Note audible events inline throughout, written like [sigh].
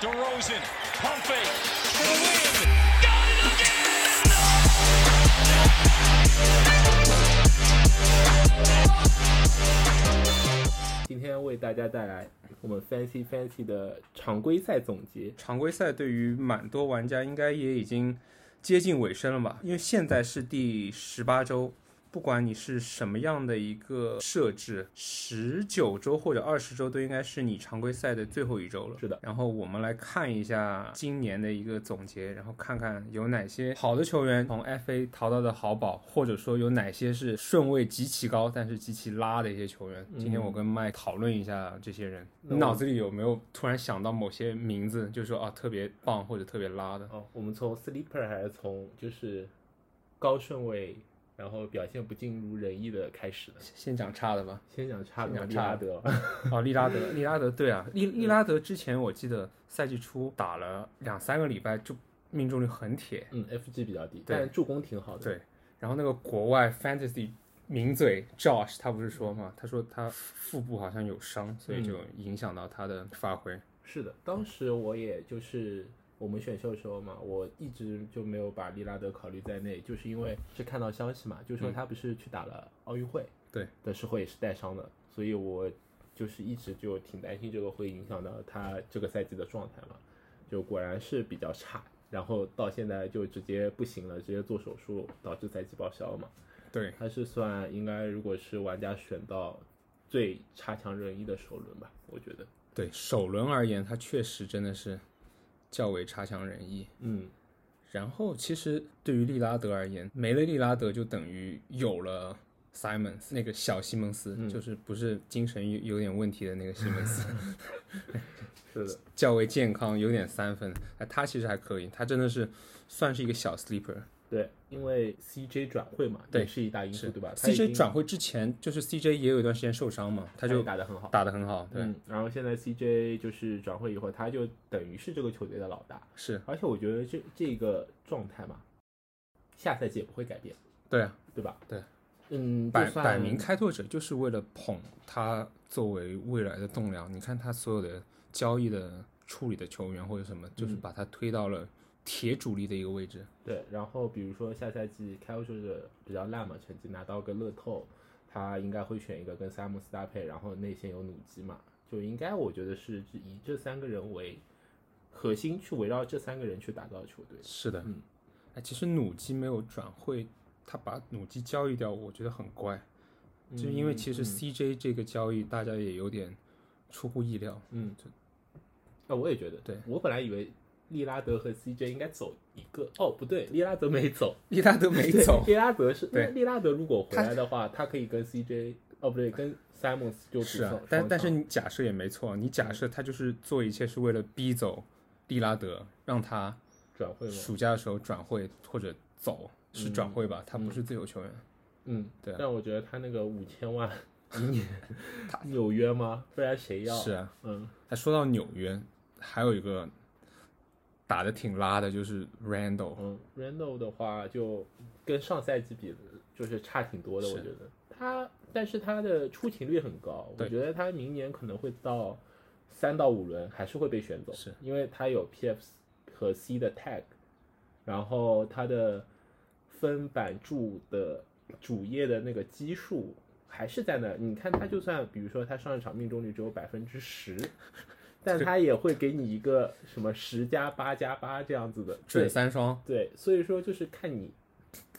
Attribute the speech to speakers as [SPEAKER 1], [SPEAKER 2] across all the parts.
[SPEAKER 1] DeRozan, pump fake for the win. Got it again!
[SPEAKER 2] Fantasy 今天为大家带来我们 Fancy Fancy 的常规赛总结。
[SPEAKER 3] 常规赛对于蛮多玩家应该也已经接近尾声了吧？因为现在是第十八周，不管你是什么样的一个设置，十九周或者二十周都应该是你常规赛的最后一周了。
[SPEAKER 2] 是的
[SPEAKER 3] 然后我们来看一下今年的一个总结，然后看看有哪些好的球员从 FA 淘到的好宝，或者说有哪些是顺位极其高但是极其拉的一些球员。今天我跟麦讨论一下这些人，
[SPEAKER 2] 那
[SPEAKER 3] 你
[SPEAKER 2] 我
[SPEAKER 3] 脑子里有没有突然想到某些名字，就是说啊特别棒或者特别拉的？
[SPEAKER 2] 哦，我们从 sleeper 还是从就是高顺位，然后表现不尽如人意的开始呢？
[SPEAKER 3] 先讲差的 [laughs] 吧。
[SPEAKER 2] 先讲差的
[SPEAKER 3] 先讲
[SPEAKER 2] 利
[SPEAKER 3] 差
[SPEAKER 2] 拉
[SPEAKER 3] 的
[SPEAKER 2] 德吧，
[SPEAKER 3] 哦，利拉德，利拉德，对啊，利利拉德之前我记得赛季初打了两三个礼拜就命中率很铁，
[SPEAKER 2] 嗯，FG 比较低，但是助攻挺好的。
[SPEAKER 3] 对，然后那个国外 fantasy 名嘴 Josh 他不是说嘛，他说他腹部好像有伤，所以就影响到他的发挥。
[SPEAKER 2] 是的，当时我也就是我们选秀的时候嘛，我一直就没有把利拉德考虑在内，就是因为是看到消息嘛，就说他不是去打了奥运会，
[SPEAKER 3] 对
[SPEAKER 2] 的时候也是带伤的，所以我就是一直就挺担心这个会影响到他这个赛季的状态嘛，就果然是比较差，然后到现在就直接不行了，直接做手术导致赛季报销嘛，
[SPEAKER 3] 对，
[SPEAKER 2] 他是算应该如果是玩家选到最差强人意的首轮吧，我觉得，
[SPEAKER 3] 对，首轮而言，他确实真的是较为差强人意。
[SPEAKER 2] 嗯。
[SPEAKER 3] 然后其实对于利拉德而言，没了利拉德就等于有了 Simons 那个小西蒙斯，
[SPEAKER 2] 嗯
[SPEAKER 3] 就是不是精神有有点问题的那个西蒙斯，
[SPEAKER 2] [laughs] 是的，
[SPEAKER 3] 较为健康，有点三分。哎，他其实还可以，他真的是算是一个小 sleeper。
[SPEAKER 2] 对，因为 CJ 转会嘛，
[SPEAKER 3] 对
[SPEAKER 2] 也是一大因素，对吧他已
[SPEAKER 3] CJ
[SPEAKER 2] 经
[SPEAKER 3] 转会之前，就是 CJ 也有一段时间受伤嘛，他
[SPEAKER 2] 也
[SPEAKER 3] 就
[SPEAKER 2] 打得很好，
[SPEAKER 3] 打得很好，对，
[SPEAKER 2] 嗯，然后现在 CJ 就是转会以后，他就等于是这个球队的老大，
[SPEAKER 3] 是，
[SPEAKER 2] 而且我觉得这这个状态嘛，下赛季也不会改变，
[SPEAKER 3] 对啊，
[SPEAKER 2] 对吧？
[SPEAKER 3] 对，
[SPEAKER 2] 嗯，
[SPEAKER 3] 摆
[SPEAKER 2] 就算
[SPEAKER 3] 摆明开拓者就是为了捧他作为未来的栋梁。你看他所有的交易的处理的球员或者什么，
[SPEAKER 2] 嗯
[SPEAKER 3] 就是把他推到了铁主力的一个位置。
[SPEAKER 2] 对，然后比如说下赛季开拓者比较烂嘛，成绩拿到个乐透，他应该会选一个跟萨姆斯搭配，然后内线有努基嘛，就应该我觉得是以这三个人为核心去围绕这三个人去打造球队。
[SPEAKER 3] 是的，
[SPEAKER 2] 嗯
[SPEAKER 3] 哎，其实努基没有转会，他把努基交易掉，我觉得很怪，
[SPEAKER 2] 嗯
[SPEAKER 3] 嗯就因为其实 CJ 这个交易大家也有点出乎
[SPEAKER 2] [laughs]
[SPEAKER 3] 意料。
[SPEAKER 2] 嗯，啊，我也觉得，
[SPEAKER 3] 对
[SPEAKER 2] 我本来以为利拉德和 CJ 应该走一个，哦，不对，利拉德没走，
[SPEAKER 3] 利拉德 [laughs] 没走，
[SPEAKER 2] 利拉德是，
[SPEAKER 3] 对
[SPEAKER 2] 那利拉德如果回来的话，他可以跟 CJ，哦，不对，跟 Simons 就组
[SPEAKER 3] 是啊
[SPEAKER 2] 上，
[SPEAKER 3] 但
[SPEAKER 2] 双
[SPEAKER 3] 但是
[SPEAKER 2] 强
[SPEAKER 3] 你假设也没错，啊你
[SPEAKER 2] 嗯
[SPEAKER 3] 假设他就是做一切是为了逼走利拉德，让他
[SPEAKER 2] 转会嘛，
[SPEAKER 3] 暑假的时候转会或者走是转会吧，他不是自由球员。
[SPEAKER 2] 嗯，
[SPEAKER 3] 对啊
[SPEAKER 2] 但我觉得他那个五千
[SPEAKER 3] [laughs]
[SPEAKER 2] 万一年，纽约吗？不然谁要？
[SPEAKER 3] 是啊，
[SPEAKER 2] 嗯，
[SPEAKER 3] 哎，说到纽约，还有一个打的挺拉的，就是 Randall，
[SPEAKER 2] 嗯，Randall 的话就跟上赛季比，就是差挺多的，我觉得他，但是他的出勤率很高，我
[SPEAKER 3] 对
[SPEAKER 2] 觉得他明年可能会到三到五轮还是会被选走，
[SPEAKER 3] 是
[SPEAKER 2] 因为他有 PF 和 C 的 tag，然后他的分板柱的主页的那个基数还是在那，你看他就算比如说他上一场命中率只有百分之十。但他也会给你一个什么十加八加八这样子的对
[SPEAKER 3] 准三双，
[SPEAKER 2] 对，所以说就是看你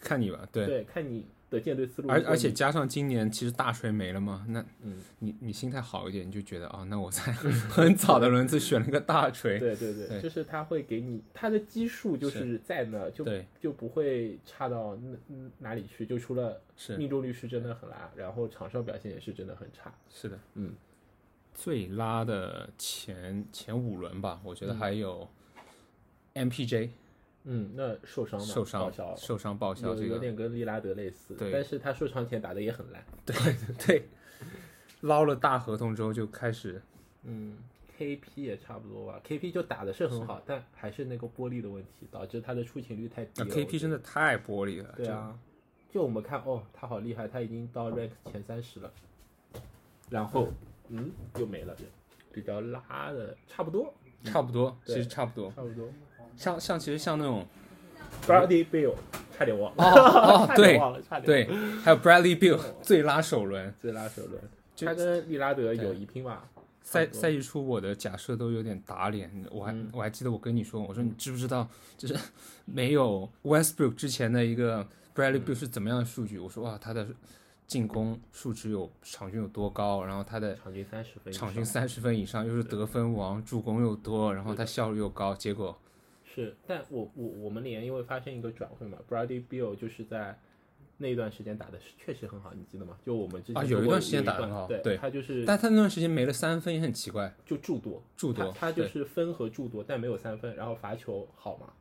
[SPEAKER 3] 看你吧，对。
[SPEAKER 2] 对看你的舰队思路。
[SPEAKER 3] 而
[SPEAKER 2] 如果
[SPEAKER 3] 而且
[SPEAKER 2] 你
[SPEAKER 3] 加上今年其实大锤没了嘛，那
[SPEAKER 2] 嗯
[SPEAKER 3] 你你心态好一点，你就觉得
[SPEAKER 2] [laughs]
[SPEAKER 3] 啊、那我在 [laughs] 很早的轮次选了个大锤，
[SPEAKER 2] 对对对，
[SPEAKER 3] 对
[SPEAKER 2] 就是他会给你他的基数就是在那，就
[SPEAKER 3] 对
[SPEAKER 2] 就不会差到那嗯哪里去，就除了
[SPEAKER 3] 是
[SPEAKER 2] 命中率是真的很拉，然后场上表现也是真的很差。
[SPEAKER 3] 是的，
[SPEAKER 2] 嗯，
[SPEAKER 3] 最拉的前前五轮吧，我觉得还有 MPJ
[SPEAKER 2] 嗯，那受伤嘛，
[SPEAKER 3] 受伤
[SPEAKER 2] 报销
[SPEAKER 3] 受伤报销
[SPEAKER 2] 有
[SPEAKER 3] 这
[SPEAKER 2] 有
[SPEAKER 3] 个
[SPEAKER 2] 点跟利拉德类似，
[SPEAKER 3] 对
[SPEAKER 2] 但是他受伤前打的也很烂。
[SPEAKER 3] 对 [laughs] 对，捞了大合同之后就开始，
[SPEAKER 2] 嗯，KP 也差不多吧，KP 就打的是很好，但还是那个玻璃的问题，导致他的出勤率太低
[SPEAKER 3] 那
[SPEAKER 2] 了。我
[SPEAKER 3] KP
[SPEAKER 2] 觉
[SPEAKER 3] 啊真
[SPEAKER 2] 得
[SPEAKER 3] 的太玻璃了，
[SPEAKER 2] 对啊，就我们看哦，他好厉害，他已经
[SPEAKER 3] 哦
[SPEAKER 2] 到 rank 前三十了，嗯然后嗯，又没了，比较拉的差不多，
[SPEAKER 3] 差不多，其
[SPEAKER 2] 对
[SPEAKER 3] 实差不多。
[SPEAKER 2] 差不多。
[SPEAKER 3] 像像其实像那种
[SPEAKER 2] Bradley b i l l 差点忘了，
[SPEAKER 3] 哦哦
[SPEAKER 2] 差点
[SPEAKER 3] 对
[SPEAKER 2] 忘了，差点
[SPEAKER 3] 对，还有 Bradley Bill
[SPEAKER 2] [laughs]
[SPEAKER 3] 最拉手轮，
[SPEAKER 2] 最拉手轮，
[SPEAKER 3] 就
[SPEAKER 2] 他跟利拉德有一拼吧？
[SPEAKER 3] 赛
[SPEAKER 2] 差不多
[SPEAKER 3] 赛季初我的假设都有点打脸，我还、
[SPEAKER 2] 嗯
[SPEAKER 3] 我还记得我跟你说，我说你知不知道，就是 [laughs] 没有 Westbrook 之前的一个 Bradley
[SPEAKER 2] 嗯
[SPEAKER 3] Bill 是怎么样的数据？我说哇，他的进攻数值有场均有多高，然后他的
[SPEAKER 2] 场均三十分以上，
[SPEAKER 3] 场均三十分以上，又是得分王，助攻又多，然后他效率又高，结果
[SPEAKER 2] 是，但我我我们联因为发生一个转会嘛，Bradley b i l l 就是在那一段时间打的是确实很好，你记得吗？就我们之前
[SPEAKER 3] 啊
[SPEAKER 2] 说
[SPEAKER 3] 有一
[SPEAKER 2] 过
[SPEAKER 3] 段时间打得很好
[SPEAKER 2] 对，
[SPEAKER 3] 对
[SPEAKER 2] 他就是
[SPEAKER 3] 但他那段时间没了三分也很奇怪，
[SPEAKER 2] 就助多，
[SPEAKER 3] 助多
[SPEAKER 2] 他他就
[SPEAKER 3] 对
[SPEAKER 2] 是分和助多，但没有三分，然后罚球好嘛，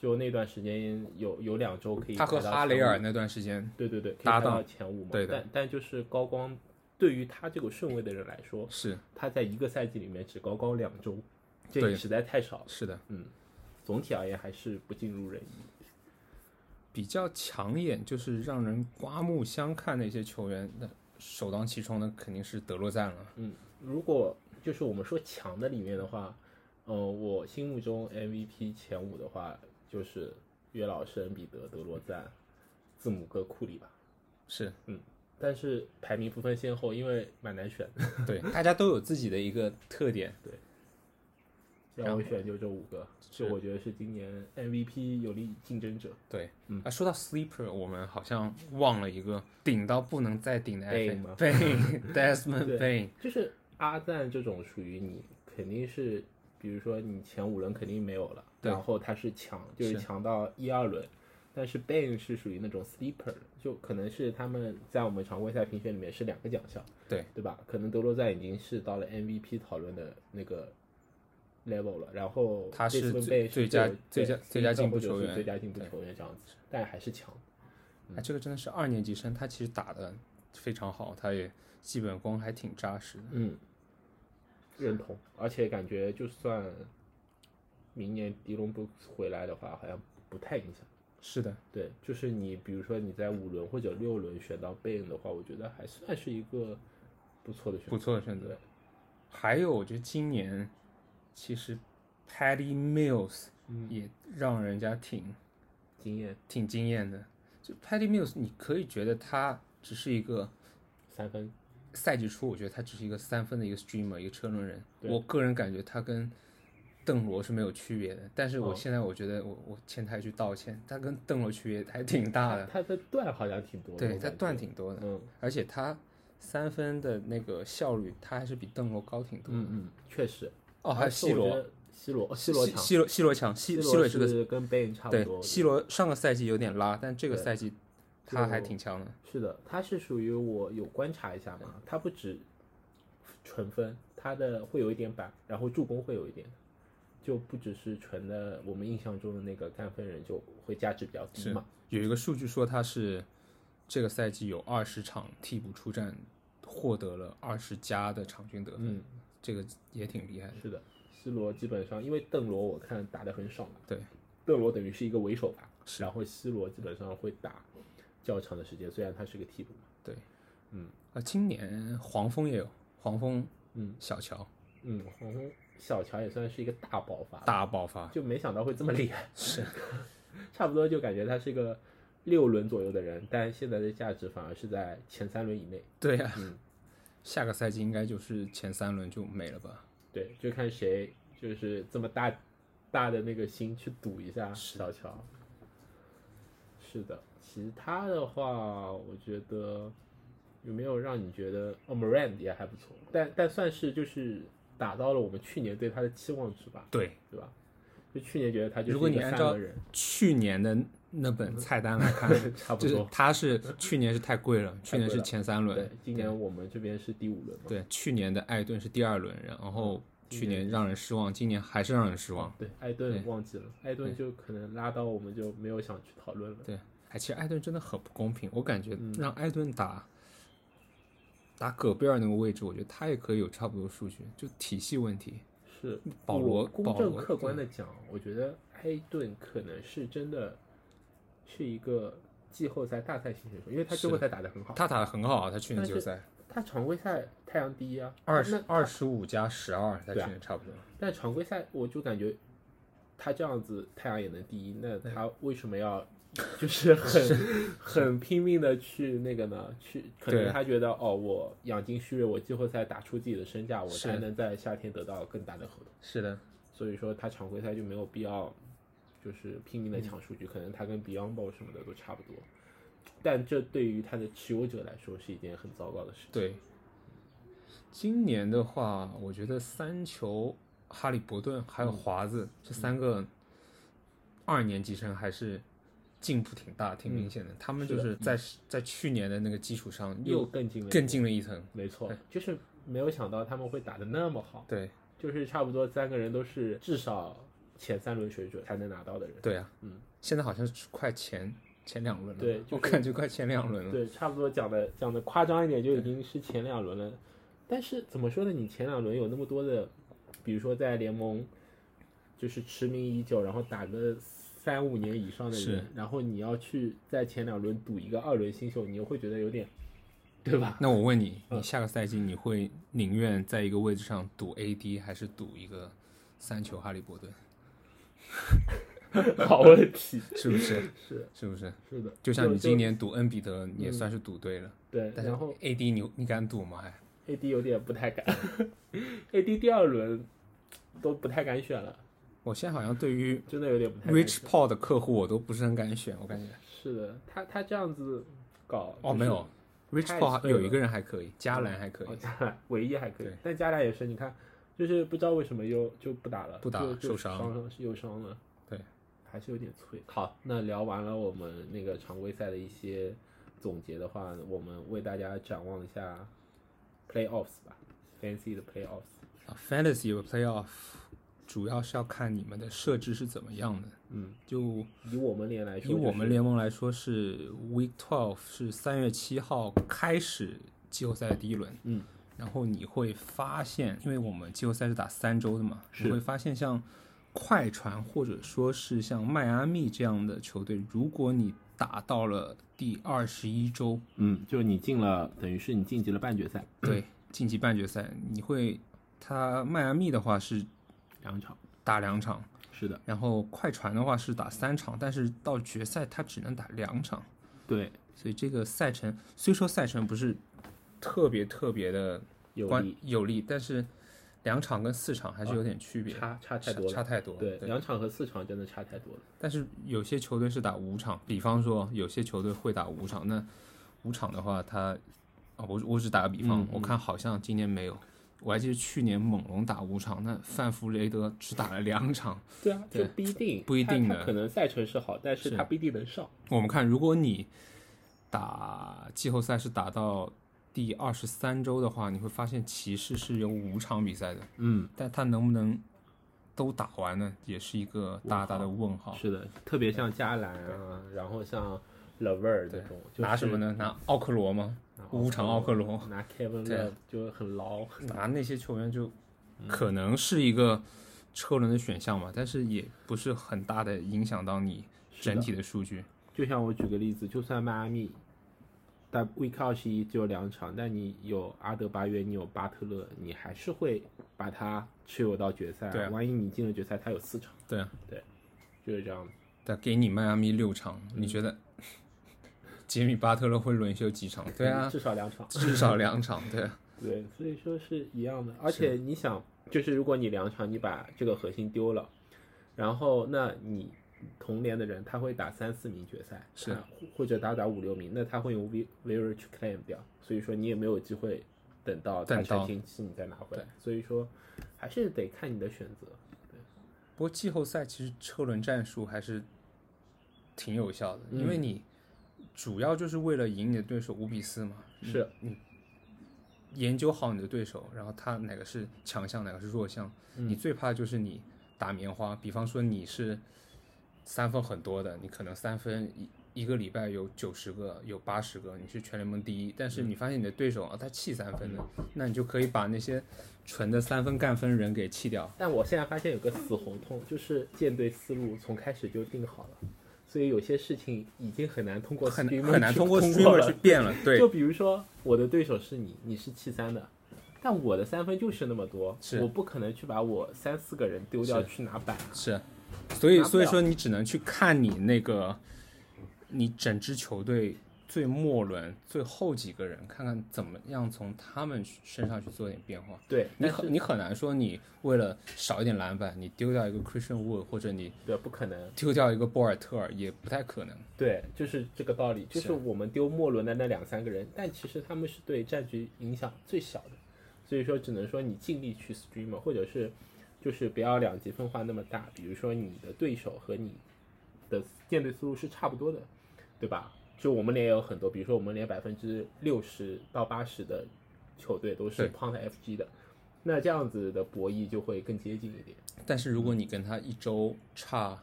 [SPEAKER 2] 就那段时间有有两周可以
[SPEAKER 3] 他和
[SPEAKER 2] 排到
[SPEAKER 3] 哈雷
[SPEAKER 2] 前五
[SPEAKER 3] 尔那段时间
[SPEAKER 2] 对对对，可以
[SPEAKER 3] 搭
[SPEAKER 2] 排到
[SPEAKER 3] 档
[SPEAKER 2] 前五嘛，
[SPEAKER 3] 对的
[SPEAKER 2] 但但就是高光。对于他这个顺位的人来说，
[SPEAKER 3] 是
[SPEAKER 2] 他在一个赛季里面只高高两周，这
[SPEAKER 3] 对
[SPEAKER 2] 也实在太少了。
[SPEAKER 3] 是的，
[SPEAKER 2] 总体而言还是不尽如人意。
[SPEAKER 3] 比较抢眼，就是让人刮目相看的一些球员，那首当其冲的肯定是德罗赞了。
[SPEAKER 2] 嗯如果就是我们说强的里面的话，嗯、我心目中 MVP 前五的话，就是约老师、恩比德、德罗赞、字母哥、库里吧。
[SPEAKER 3] 是
[SPEAKER 2] 但是排名不分先后，因为蛮难选，
[SPEAKER 3] 对，大家都有自己的一个特点，
[SPEAKER 2] 让我选就这五个，
[SPEAKER 3] 是
[SPEAKER 2] 就我觉得是今年 MVP 有力竞争者。
[SPEAKER 3] 对，
[SPEAKER 2] 嗯
[SPEAKER 3] 啊，说到 sleeper，我们好像忘了一个顶到不能再顶的
[SPEAKER 2] Bane 吗 [laughs] 对
[SPEAKER 3] Bane，Desmond Bane，
[SPEAKER 2] 就是阿赞这种属于你肯定是，比如说你前五轮肯定没有了，
[SPEAKER 3] 对
[SPEAKER 2] 然后他是强，就是
[SPEAKER 3] 是
[SPEAKER 2] 强到一二轮。但是 Bane 是属于那种 sleeper，就可能是他们在我们常规赛评选里面是两个奖项，
[SPEAKER 3] 对
[SPEAKER 2] 对吧？可能德罗赞已经是到了 MVP 讨论的那个 level 了，然后
[SPEAKER 3] 他是
[SPEAKER 2] Desmond
[SPEAKER 3] 最
[SPEAKER 2] Bane 是
[SPEAKER 3] 最佳
[SPEAKER 2] 有
[SPEAKER 3] 最佳
[SPEAKER 2] 对
[SPEAKER 3] 最佳
[SPEAKER 2] sleeper
[SPEAKER 3] 进步
[SPEAKER 2] 或者
[SPEAKER 3] 球
[SPEAKER 2] 是
[SPEAKER 3] 员
[SPEAKER 2] 最佳进步
[SPEAKER 3] 对
[SPEAKER 2] 球员这样子，但还是强。嗯
[SPEAKER 3] 啊，这个真的是二年级生，他其实打的非常好，他也基本功还挺扎实的。
[SPEAKER 2] 嗯，认同，而且感觉就算明年迪隆布回来的话，好像不太影响。
[SPEAKER 3] 是的，
[SPEAKER 2] 对，就是你比如说你在五轮或者六轮选到贝恩的话，我觉得还算是一个不错的选
[SPEAKER 3] 不
[SPEAKER 2] 择。
[SPEAKER 3] 错的选择
[SPEAKER 2] 对。
[SPEAKER 3] 还有，我觉得今年其实 Patty Mills
[SPEAKER 2] 嗯
[SPEAKER 3] 也让人家挺、
[SPEAKER 2] 经验
[SPEAKER 3] 挺惊艳的。就 Patty Mills，你可以觉得他只是一个
[SPEAKER 2] 三分，
[SPEAKER 3] 赛季初，我觉得他只是一个三分的一个 streamer，一个车轮人。
[SPEAKER 2] 对
[SPEAKER 3] 我个人感觉他跟邓罗是没有区别的，但是我
[SPEAKER 2] 哦
[SPEAKER 3] 现在我觉得我我欠他一句道歉，他跟邓罗区别还挺大
[SPEAKER 2] 他
[SPEAKER 3] 的，
[SPEAKER 2] 他的段好像挺多的，
[SPEAKER 3] 对
[SPEAKER 2] 我
[SPEAKER 3] 他
[SPEAKER 2] 感觉
[SPEAKER 3] 段挺多的，
[SPEAKER 2] 嗯
[SPEAKER 3] 而且他三分的那个效率，他还是比邓罗高挺多的。
[SPEAKER 2] 嗯嗯，确实。
[SPEAKER 3] 哦，还有
[SPEAKER 2] 而且我
[SPEAKER 3] 西
[SPEAKER 2] 觉
[SPEAKER 3] 罗，
[SPEAKER 2] 得，西罗，哦西罗强，
[SPEAKER 3] 西罗西罗强，西西罗也是个
[SPEAKER 2] 是跟贝恩差不
[SPEAKER 3] 对
[SPEAKER 2] 多。，
[SPEAKER 3] 西罗上个赛季有点拉，但这个
[SPEAKER 2] 对
[SPEAKER 3] 赛季他还挺强的。
[SPEAKER 2] 是的，他是属于我有观察一下嘛，他不止纯分，他的会有一点板，然后助攻会有一点，就不只是纯的我们印象中的那个干分人就会价值比较低
[SPEAKER 3] 是
[SPEAKER 2] 嘛。
[SPEAKER 3] 有一个数据说他是这个赛季有二十场替补出战，获得了二十加的场均得分，
[SPEAKER 2] 嗯，
[SPEAKER 3] 这个也挺厉害的。
[SPEAKER 2] 是的，C 罗基本上因为邓罗我看打的很少嘛，
[SPEAKER 3] 对，
[SPEAKER 2] 邓罗等于是一个为首吧，
[SPEAKER 3] 是
[SPEAKER 2] 然后 C 罗基本上会打较长的时间，虽然他是个替补嘛。
[SPEAKER 3] 啊，今年黄蜂也有黄蜂，
[SPEAKER 2] 嗯，
[SPEAKER 3] 小乔
[SPEAKER 2] 嗯，黄蜂小乔也算是一个大爆发，
[SPEAKER 3] 大爆发，
[SPEAKER 2] 就没想到会这么厉害。是， [laughs] 差不多就感觉他是个六轮左右的人，但现在的价值反而是在前三轮以内。
[SPEAKER 3] 对呀、
[SPEAKER 2] 嗯
[SPEAKER 3] 下个赛季应该就是前三轮就没了吧？
[SPEAKER 2] 对，就看谁就是这么大大的那个心去赌一下小乔。是的，其他的话，我觉得有没有让你觉得哦 m o r a n 也还不错，但但算是就是达到了我们去年对他的期望值吧，
[SPEAKER 3] 对，
[SPEAKER 2] 对吧？就去年觉得他就是
[SPEAKER 3] 如果
[SPEAKER 2] 一
[SPEAKER 3] 你
[SPEAKER 2] 个
[SPEAKER 3] 按
[SPEAKER 2] 三
[SPEAKER 3] 照
[SPEAKER 2] 轮人，
[SPEAKER 3] 去年的那本菜单来看，
[SPEAKER 2] [laughs] 差不
[SPEAKER 3] 就是
[SPEAKER 2] 多。
[SPEAKER 3] 他是去年是太贵了，去年
[SPEAKER 2] 太贵
[SPEAKER 3] 是
[SPEAKER 2] 了
[SPEAKER 3] 前三轮
[SPEAKER 2] 对，，今年我们这边是第五轮嘛，
[SPEAKER 3] 对，去年的艾顿是第二轮，然后去
[SPEAKER 2] 今年
[SPEAKER 3] 年让人失望，今年还是让人失望。
[SPEAKER 2] 对，艾顿
[SPEAKER 3] 对
[SPEAKER 2] 忘记了，艾顿就可能拉到我们就没有想去讨论了。
[SPEAKER 3] 对，哎，其实艾顿真的很不公平，我感觉
[SPEAKER 2] 嗯
[SPEAKER 3] 让艾顿打、打戈贝尔那个位置，我觉得他也可以有差不多数据，就体系问题。
[SPEAKER 2] 是
[SPEAKER 3] 嗯保
[SPEAKER 2] 我
[SPEAKER 3] 罗
[SPEAKER 2] 公
[SPEAKER 3] 保
[SPEAKER 2] 正
[SPEAKER 3] 罗
[SPEAKER 2] 客观
[SPEAKER 3] 对
[SPEAKER 2] 的讲，我觉得埃顿可能是真的是一个季后赛大赛型选手，因为他季
[SPEAKER 3] 是
[SPEAKER 2] 后赛打得很好，
[SPEAKER 3] 他打的很好啊，他去年
[SPEAKER 2] 但
[SPEAKER 3] 季
[SPEAKER 2] 是
[SPEAKER 3] 后赛
[SPEAKER 2] 哦他常规赛太阳第一啊，
[SPEAKER 3] 二
[SPEAKER 2] 那
[SPEAKER 3] 十二十五加十二，在去
[SPEAKER 2] 对啊
[SPEAKER 3] 年差不多。
[SPEAKER 2] 但常规赛我就感觉他这样子太阳也能第一，那他为什么要 [laughs] 就是很
[SPEAKER 3] [laughs]
[SPEAKER 2] 很拼命的去那个呢？去可
[SPEAKER 3] 对
[SPEAKER 2] 能他觉得哦，我养精蓄锐，我季后赛打出自己的身价，我
[SPEAKER 3] 是
[SPEAKER 2] 才能在夏天得到更大的合同。
[SPEAKER 3] 是的，
[SPEAKER 2] 所以说他常规赛就没有必要就是拼命的抢数据，
[SPEAKER 3] 嗯
[SPEAKER 2] 可能他跟 Beyond 什么的都差不多。但这对于他的持有者来说是一件很糟糕的事情。
[SPEAKER 3] 对。今年的话，我觉得三球、哈利伯顿
[SPEAKER 2] 嗯
[SPEAKER 3] 还有华子、这三个二年级生还是进步挺大、挺明显的。他们
[SPEAKER 2] 嗯是的
[SPEAKER 3] 就是在在去年的那个基础上
[SPEAKER 2] 又
[SPEAKER 3] 又
[SPEAKER 2] 更进了一
[SPEAKER 3] 更
[SPEAKER 2] 步
[SPEAKER 3] 进了一层。
[SPEAKER 2] 没错，就是没有想到他们会打得那么好，
[SPEAKER 3] 对
[SPEAKER 2] 就是差不多三个人都是至少前三轮水准才能拿到的人。
[SPEAKER 3] 对啊，
[SPEAKER 2] 嗯，
[SPEAKER 3] 现在好像是快前前两轮了吧，
[SPEAKER 2] 对就是
[SPEAKER 3] 我感觉快前两轮了。
[SPEAKER 2] 对，差不多讲的讲的夸张一点，就已经是前两轮了。但是怎么说呢？你前两轮有那么多的，比如说在联盟就是驰名已久，然后打了三五年以上的
[SPEAKER 3] 是
[SPEAKER 2] 人，然后你要去在前两轮赌一个二轮新秀，你又会觉得有点，对吧？
[SPEAKER 3] 那我问你，
[SPEAKER 2] 嗯
[SPEAKER 3] 你下个赛季你会宁愿在一个位置上赌 AD，还是赌一个三球哈利伯顿？
[SPEAKER 2] 好问题，
[SPEAKER 3] 是不是？
[SPEAKER 2] [laughs] 是
[SPEAKER 3] [laughs] 是不是？
[SPEAKER 2] 是的，
[SPEAKER 3] 就像你
[SPEAKER 2] 就
[SPEAKER 3] 今年赌恩比德，你也算是赌对了。
[SPEAKER 2] 对，
[SPEAKER 3] 但是
[SPEAKER 2] 然后
[SPEAKER 3] AD 你你敢赌吗？还哎
[SPEAKER 2] AD 有点不太敢 [laughs] ，AD 第二轮都不太敢选了，
[SPEAKER 3] 我现在好像对于
[SPEAKER 2] 真的有点不太敢
[SPEAKER 3] Rich
[SPEAKER 2] 选。
[SPEAKER 3] Paul 的客户我都不是很敢选，我感觉。
[SPEAKER 2] 是的，他他这样子搞、
[SPEAKER 3] 哦，没有，Rich
[SPEAKER 2] 太
[SPEAKER 3] Paul
[SPEAKER 2] 碎了
[SPEAKER 3] 有一个人还可以，加兰还可
[SPEAKER 2] 就是，哦
[SPEAKER 3] 以，
[SPEAKER 2] 加兰 [laughs] 唯一还可以
[SPEAKER 3] 对，
[SPEAKER 2] 但加兰也是，你看，就是不知道为什么又就不打了，
[SPEAKER 3] 不打
[SPEAKER 2] 就就
[SPEAKER 3] 受伤
[SPEAKER 2] 伤了，又伤了，
[SPEAKER 3] 对，
[SPEAKER 2] 还是有点脆。好，那聊完了我们那个常规赛的一些总结的话，我们为大家展望一下 playoffs 吧，fancy 的 playoffs。
[SPEAKER 3] 啊，Fantasy 和 Playoff 主要是要看你们的设置是怎么样的。
[SPEAKER 2] 嗯，
[SPEAKER 3] 就
[SPEAKER 2] 以我们联来说、
[SPEAKER 3] 以我们联盟来说，是 Week Twelve 是三月七号开始季后赛的第一轮。
[SPEAKER 2] 嗯，
[SPEAKER 3] 然后你会发现，因为我们季后赛是打三周的嘛，
[SPEAKER 2] 是
[SPEAKER 3] 你会发现像快船或者说是像迈阿密这样的球队，如果你打到了第二十一周，
[SPEAKER 2] 嗯，就是你进了，等于是你晋级了半决赛
[SPEAKER 3] 对晋级半决赛，你会他迈阿密的话是
[SPEAKER 2] 两场。
[SPEAKER 3] 打两场，
[SPEAKER 2] 是的，
[SPEAKER 3] 然后快船的话是打三场，但是到决赛他只能打两场，
[SPEAKER 2] 对，
[SPEAKER 3] 所以这个赛程虽说赛程不是特别特别的
[SPEAKER 2] 有
[SPEAKER 3] 关
[SPEAKER 2] 利啊
[SPEAKER 3] 有利，但是两场跟四场还是有点区别，
[SPEAKER 2] 差差太多了。
[SPEAKER 3] 差太多了。
[SPEAKER 2] 对，
[SPEAKER 3] 对，
[SPEAKER 2] 两场和四场真的差太多了。
[SPEAKER 3] 但是有些球队是打五场，比方说有些球队会打五场，那五场的话他，啊，我我只打个比方，
[SPEAKER 2] 嗯
[SPEAKER 3] 我看好像今年没有。我还记得去年猛龙打五场，那范弗雷德只打了两场，
[SPEAKER 2] 对啊，
[SPEAKER 3] 对
[SPEAKER 2] 就不一定，
[SPEAKER 3] 不一定
[SPEAKER 2] 他
[SPEAKER 3] 的
[SPEAKER 2] 他可能赛程是好，但是
[SPEAKER 3] 是
[SPEAKER 2] 他不一定能上。
[SPEAKER 3] 我们看，如果你打季后赛是打到第二十三周的话，你会发现骑士是有五场比赛的，
[SPEAKER 2] 嗯，
[SPEAKER 3] 但他能不能都打完呢，也是一个大大的问号。
[SPEAKER 2] 是的，特别像加兰啊，然后像 l e v e r 这
[SPEAKER 3] 对
[SPEAKER 2] 种，就是
[SPEAKER 3] 拿什么？呢？拿奥克罗吗？
[SPEAKER 2] 拿奥克罗嗯
[SPEAKER 3] 五场奥克罗， [laughs]
[SPEAKER 2] 拿 Kevin
[SPEAKER 3] 对
[SPEAKER 2] Love 就很牢。 [laughs]
[SPEAKER 3] 拿那些球员就
[SPEAKER 2] 嗯
[SPEAKER 3] 可能是一个车轮的选项嘛，但是也不是很大的影响到你整体的数据。
[SPEAKER 2] 就像我举个例子，就算迈阿密，但 Week 二十一只有两场，但你有阿德巴约，你有巴特勒，你还是会把他持有到决赛啊。
[SPEAKER 3] 对啊
[SPEAKER 2] 万一你进了决赛，他有四场，
[SPEAKER 3] 对啊，
[SPEAKER 2] 就是这样子。
[SPEAKER 3] 但给你迈阿密六场，你觉
[SPEAKER 2] 嗯
[SPEAKER 3] 得 [laughs] 杰米巴特勒会轮休几场？对
[SPEAKER 2] [laughs]
[SPEAKER 3] 啊，
[SPEAKER 2] 至少两场。
[SPEAKER 3] 至少两场，对，
[SPEAKER 2] 对，所以说是一样的。而且你想，就是如果你两场你把这个核心丢了，然后那你同联的人他会打三四名决赛，
[SPEAKER 3] 是
[SPEAKER 2] 他或者打打五六名，那他会用 v v e r 去 claim 掉，所以说你也没有机会等到他
[SPEAKER 3] 等
[SPEAKER 2] 全
[SPEAKER 3] 到
[SPEAKER 2] 兴期你再拿回来。所以说还是得看你的选择。
[SPEAKER 3] [laughs] 不过季后赛其实车轮战术还是挺有效的，因为你主要就是为了赢你的对手五比四嘛，
[SPEAKER 2] 是
[SPEAKER 3] 研究好你的对手，然后他哪个是强项，哪个是弱项。你最怕就是你打棉花，比方说你是三分很多的，你可能三分一一个礼拜有九十个，有八十个，你是全联盟第一。但是你发现你的对手啊，他弃三分的，那你就可以把那些纯的三分干分人给弃掉。
[SPEAKER 2] 但我现在发现有个死胡同，就是舰队思路从开始就定好了，所以有些事情已经很难通过
[SPEAKER 3] 很
[SPEAKER 2] streamer
[SPEAKER 3] 很难
[SPEAKER 2] 去
[SPEAKER 3] 通过
[SPEAKER 2] 通
[SPEAKER 3] streamer
[SPEAKER 2] 了
[SPEAKER 3] 去变了。对
[SPEAKER 2] 就，比如说我的对手是你，你是七三的，但我的三分就是那么多
[SPEAKER 3] 是，
[SPEAKER 2] 我不可能去把我三四个人丢掉
[SPEAKER 3] 是
[SPEAKER 2] 去拿板啊。
[SPEAKER 3] 是，所以
[SPEAKER 2] 拿不
[SPEAKER 3] 所以
[SPEAKER 2] 了
[SPEAKER 3] 说你只能去看你那个，你整支球队最末轮最后几个人，看看怎么样从他们身上去做点变化。
[SPEAKER 2] 对，
[SPEAKER 3] 你
[SPEAKER 2] 但是
[SPEAKER 3] 很你很难说你为了少一点篮板，你丢掉一个 Christian Wood 或者你
[SPEAKER 2] 对不可能，
[SPEAKER 3] 丢掉一个博尔特尔，也不太可能。
[SPEAKER 2] 对，就是这个道理，就是是我们丢末轮的那两三个人，但其实他们是对战局影响最小的，所以说只能说你尽力去 streamer，或者是就是不要两极分化那么大，比如说你的对手和你的舰队思路是差不多的，对吧？就我们连也有很多，比如说我们连百分之六十到八十的球队都是
[SPEAKER 3] 对
[SPEAKER 2] p o n FG 的，那这样子的博弈就会更接近一点。
[SPEAKER 3] 但是如果你跟他一周差，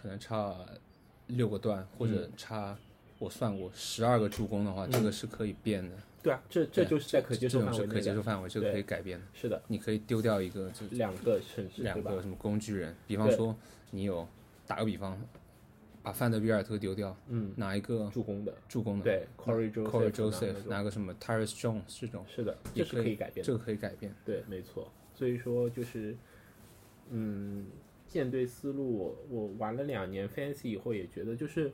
[SPEAKER 3] 可能差六个段，或
[SPEAKER 2] 嗯
[SPEAKER 3] 者差、我算过十二个助攻的话，这个是可以变的。
[SPEAKER 2] 对啊，这这
[SPEAKER 3] 对
[SPEAKER 2] 就是在可接受
[SPEAKER 3] 这
[SPEAKER 2] 范
[SPEAKER 3] 种是
[SPEAKER 2] 围
[SPEAKER 3] 可
[SPEAKER 2] 内
[SPEAKER 3] 接受
[SPEAKER 2] 的。
[SPEAKER 3] 范围，这个可以改变的。
[SPEAKER 2] 是的，
[SPEAKER 3] 你可以丢掉一个，就
[SPEAKER 2] 两个甚至
[SPEAKER 3] 两
[SPEAKER 2] 对吧？
[SPEAKER 3] 个什么工具人，比方
[SPEAKER 2] 对
[SPEAKER 3] 说你有打个比方，把范德比尔特丢掉，
[SPEAKER 2] 嗯，
[SPEAKER 3] 拿一个
[SPEAKER 2] 助攻的，
[SPEAKER 3] 助攻的，
[SPEAKER 2] 对，Corey Joseph
[SPEAKER 3] Corey
[SPEAKER 2] 拿
[SPEAKER 3] Joseph，
[SPEAKER 2] 那种
[SPEAKER 3] 拿个什么 Tyrese Jones 这种，
[SPEAKER 2] 是的，
[SPEAKER 3] 也
[SPEAKER 2] 这是可以改变的，
[SPEAKER 3] 这个可以改变。
[SPEAKER 2] 对，没错。所以说就是，嗯，舰队思路我我玩了两年 Fancy 以后也觉得就是，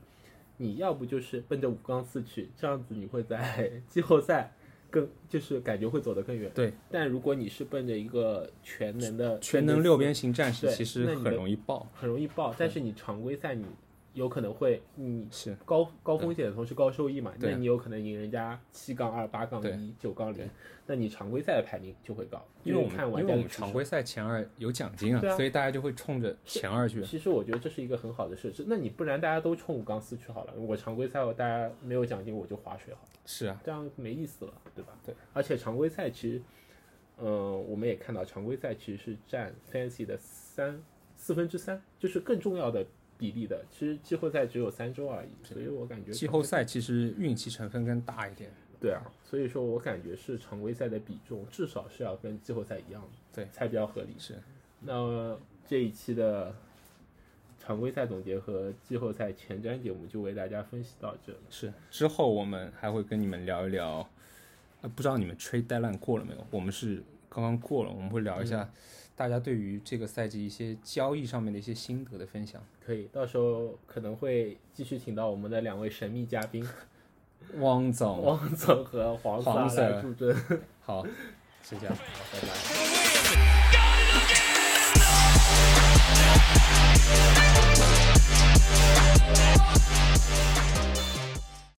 [SPEAKER 2] 你要不就是奔着五杠四去，这样子你会在 [laughs] 季后赛更就是感觉会走得更远。
[SPEAKER 3] 对，
[SPEAKER 2] 但如果你是奔着一个全能的
[SPEAKER 3] 全
[SPEAKER 2] 舰队
[SPEAKER 3] 能
[SPEAKER 2] 思
[SPEAKER 3] 六
[SPEAKER 2] 路
[SPEAKER 3] 边形战士
[SPEAKER 2] 对
[SPEAKER 3] 其实
[SPEAKER 2] 那你
[SPEAKER 3] 很
[SPEAKER 2] 的
[SPEAKER 3] 容易爆，
[SPEAKER 2] 很容易爆，但是你常规赛你有可能会你
[SPEAKER 3] 是
[SPEAKER 2] 高高风险的同时高收益嘛，
[SPEAKER 3] 对
[SPEAKER 2] 那你有可能赢人家七杠二、八杠
[SPEAKER 3] 对
[SPEAKER 2] 一、九杠
[SPEAKER 3] 对
[SPEAKER 2] 零，那你常规赛的排名就会高，
[SPEAKER 3] 因为我
[SPEAKER 2] 就是看
[SPEAKER 3] 们
[SPEAKER 2] 玩
[SPEAKER 3] 因
[SPEAKER 2] 家
[SPEAKER 3] 为
[SPEAKER 2] 的
[SPEAKER 3] 我
[SPEAKER 2] 指数
[SPEAKER 3] 们常。规赛前二有奖金啊，
[SPEAKER 2] 对啊
[SPEAKER 3] 所以大家就会冲着前二去。
[SPEAKER 2] 其实我觉得这是一个很好的设置，那你不然大家都冲五杠四去好了，我常规赛我大家没有奖金我就划水好了，
[SPEAKER 3] 是啊，
[SPEAKER 2] 这样没意思了，对吧？
[SPEAKER 3] 对，
[SPEAKER 2] 而且常规赛其实，嗯、我们也看到常规赛其实是占 Fancy 的三四分之三，就是更重要的比例的，其实季后赛只有三周而已，所以我感觉
[SPEAKER 3] 季后赛其实运气成分更大一点。
[SPEAKER 2] 对啊，所以说我感觉是常规赛的比重至少是要跟季后赛一样的，
[SPEAKER 3] 对
[SPEAKER 2] 才比较合理。
[SPEAKER 3] 是，
[SPEAKER 2] 那这一期的常规赛总结和季后赛前瞻节目就为大家分析到这里。
[SPEAKER 3] 是，之后我们还会跟你们聊一聊，呃，不知道你们 trade deadline 过了没有？我们是刚刚过了，我们会聊一下大家对于这个赛季一些交易上面的一些心得的分享。
[SPEAKER 2] 可以，到时候可能会继续请到我们的两位神秘嘉宾
[SPEAKER 3] 汪总，
[SPEAKER 2] 王总和黄
[SPEAKER 3] 黄 Sir
[SPEAKER 2] 来助阵。
[SPEAKER 3] 好，啊是这样，好，拜拜。
[SPEAKER 1] Got it again!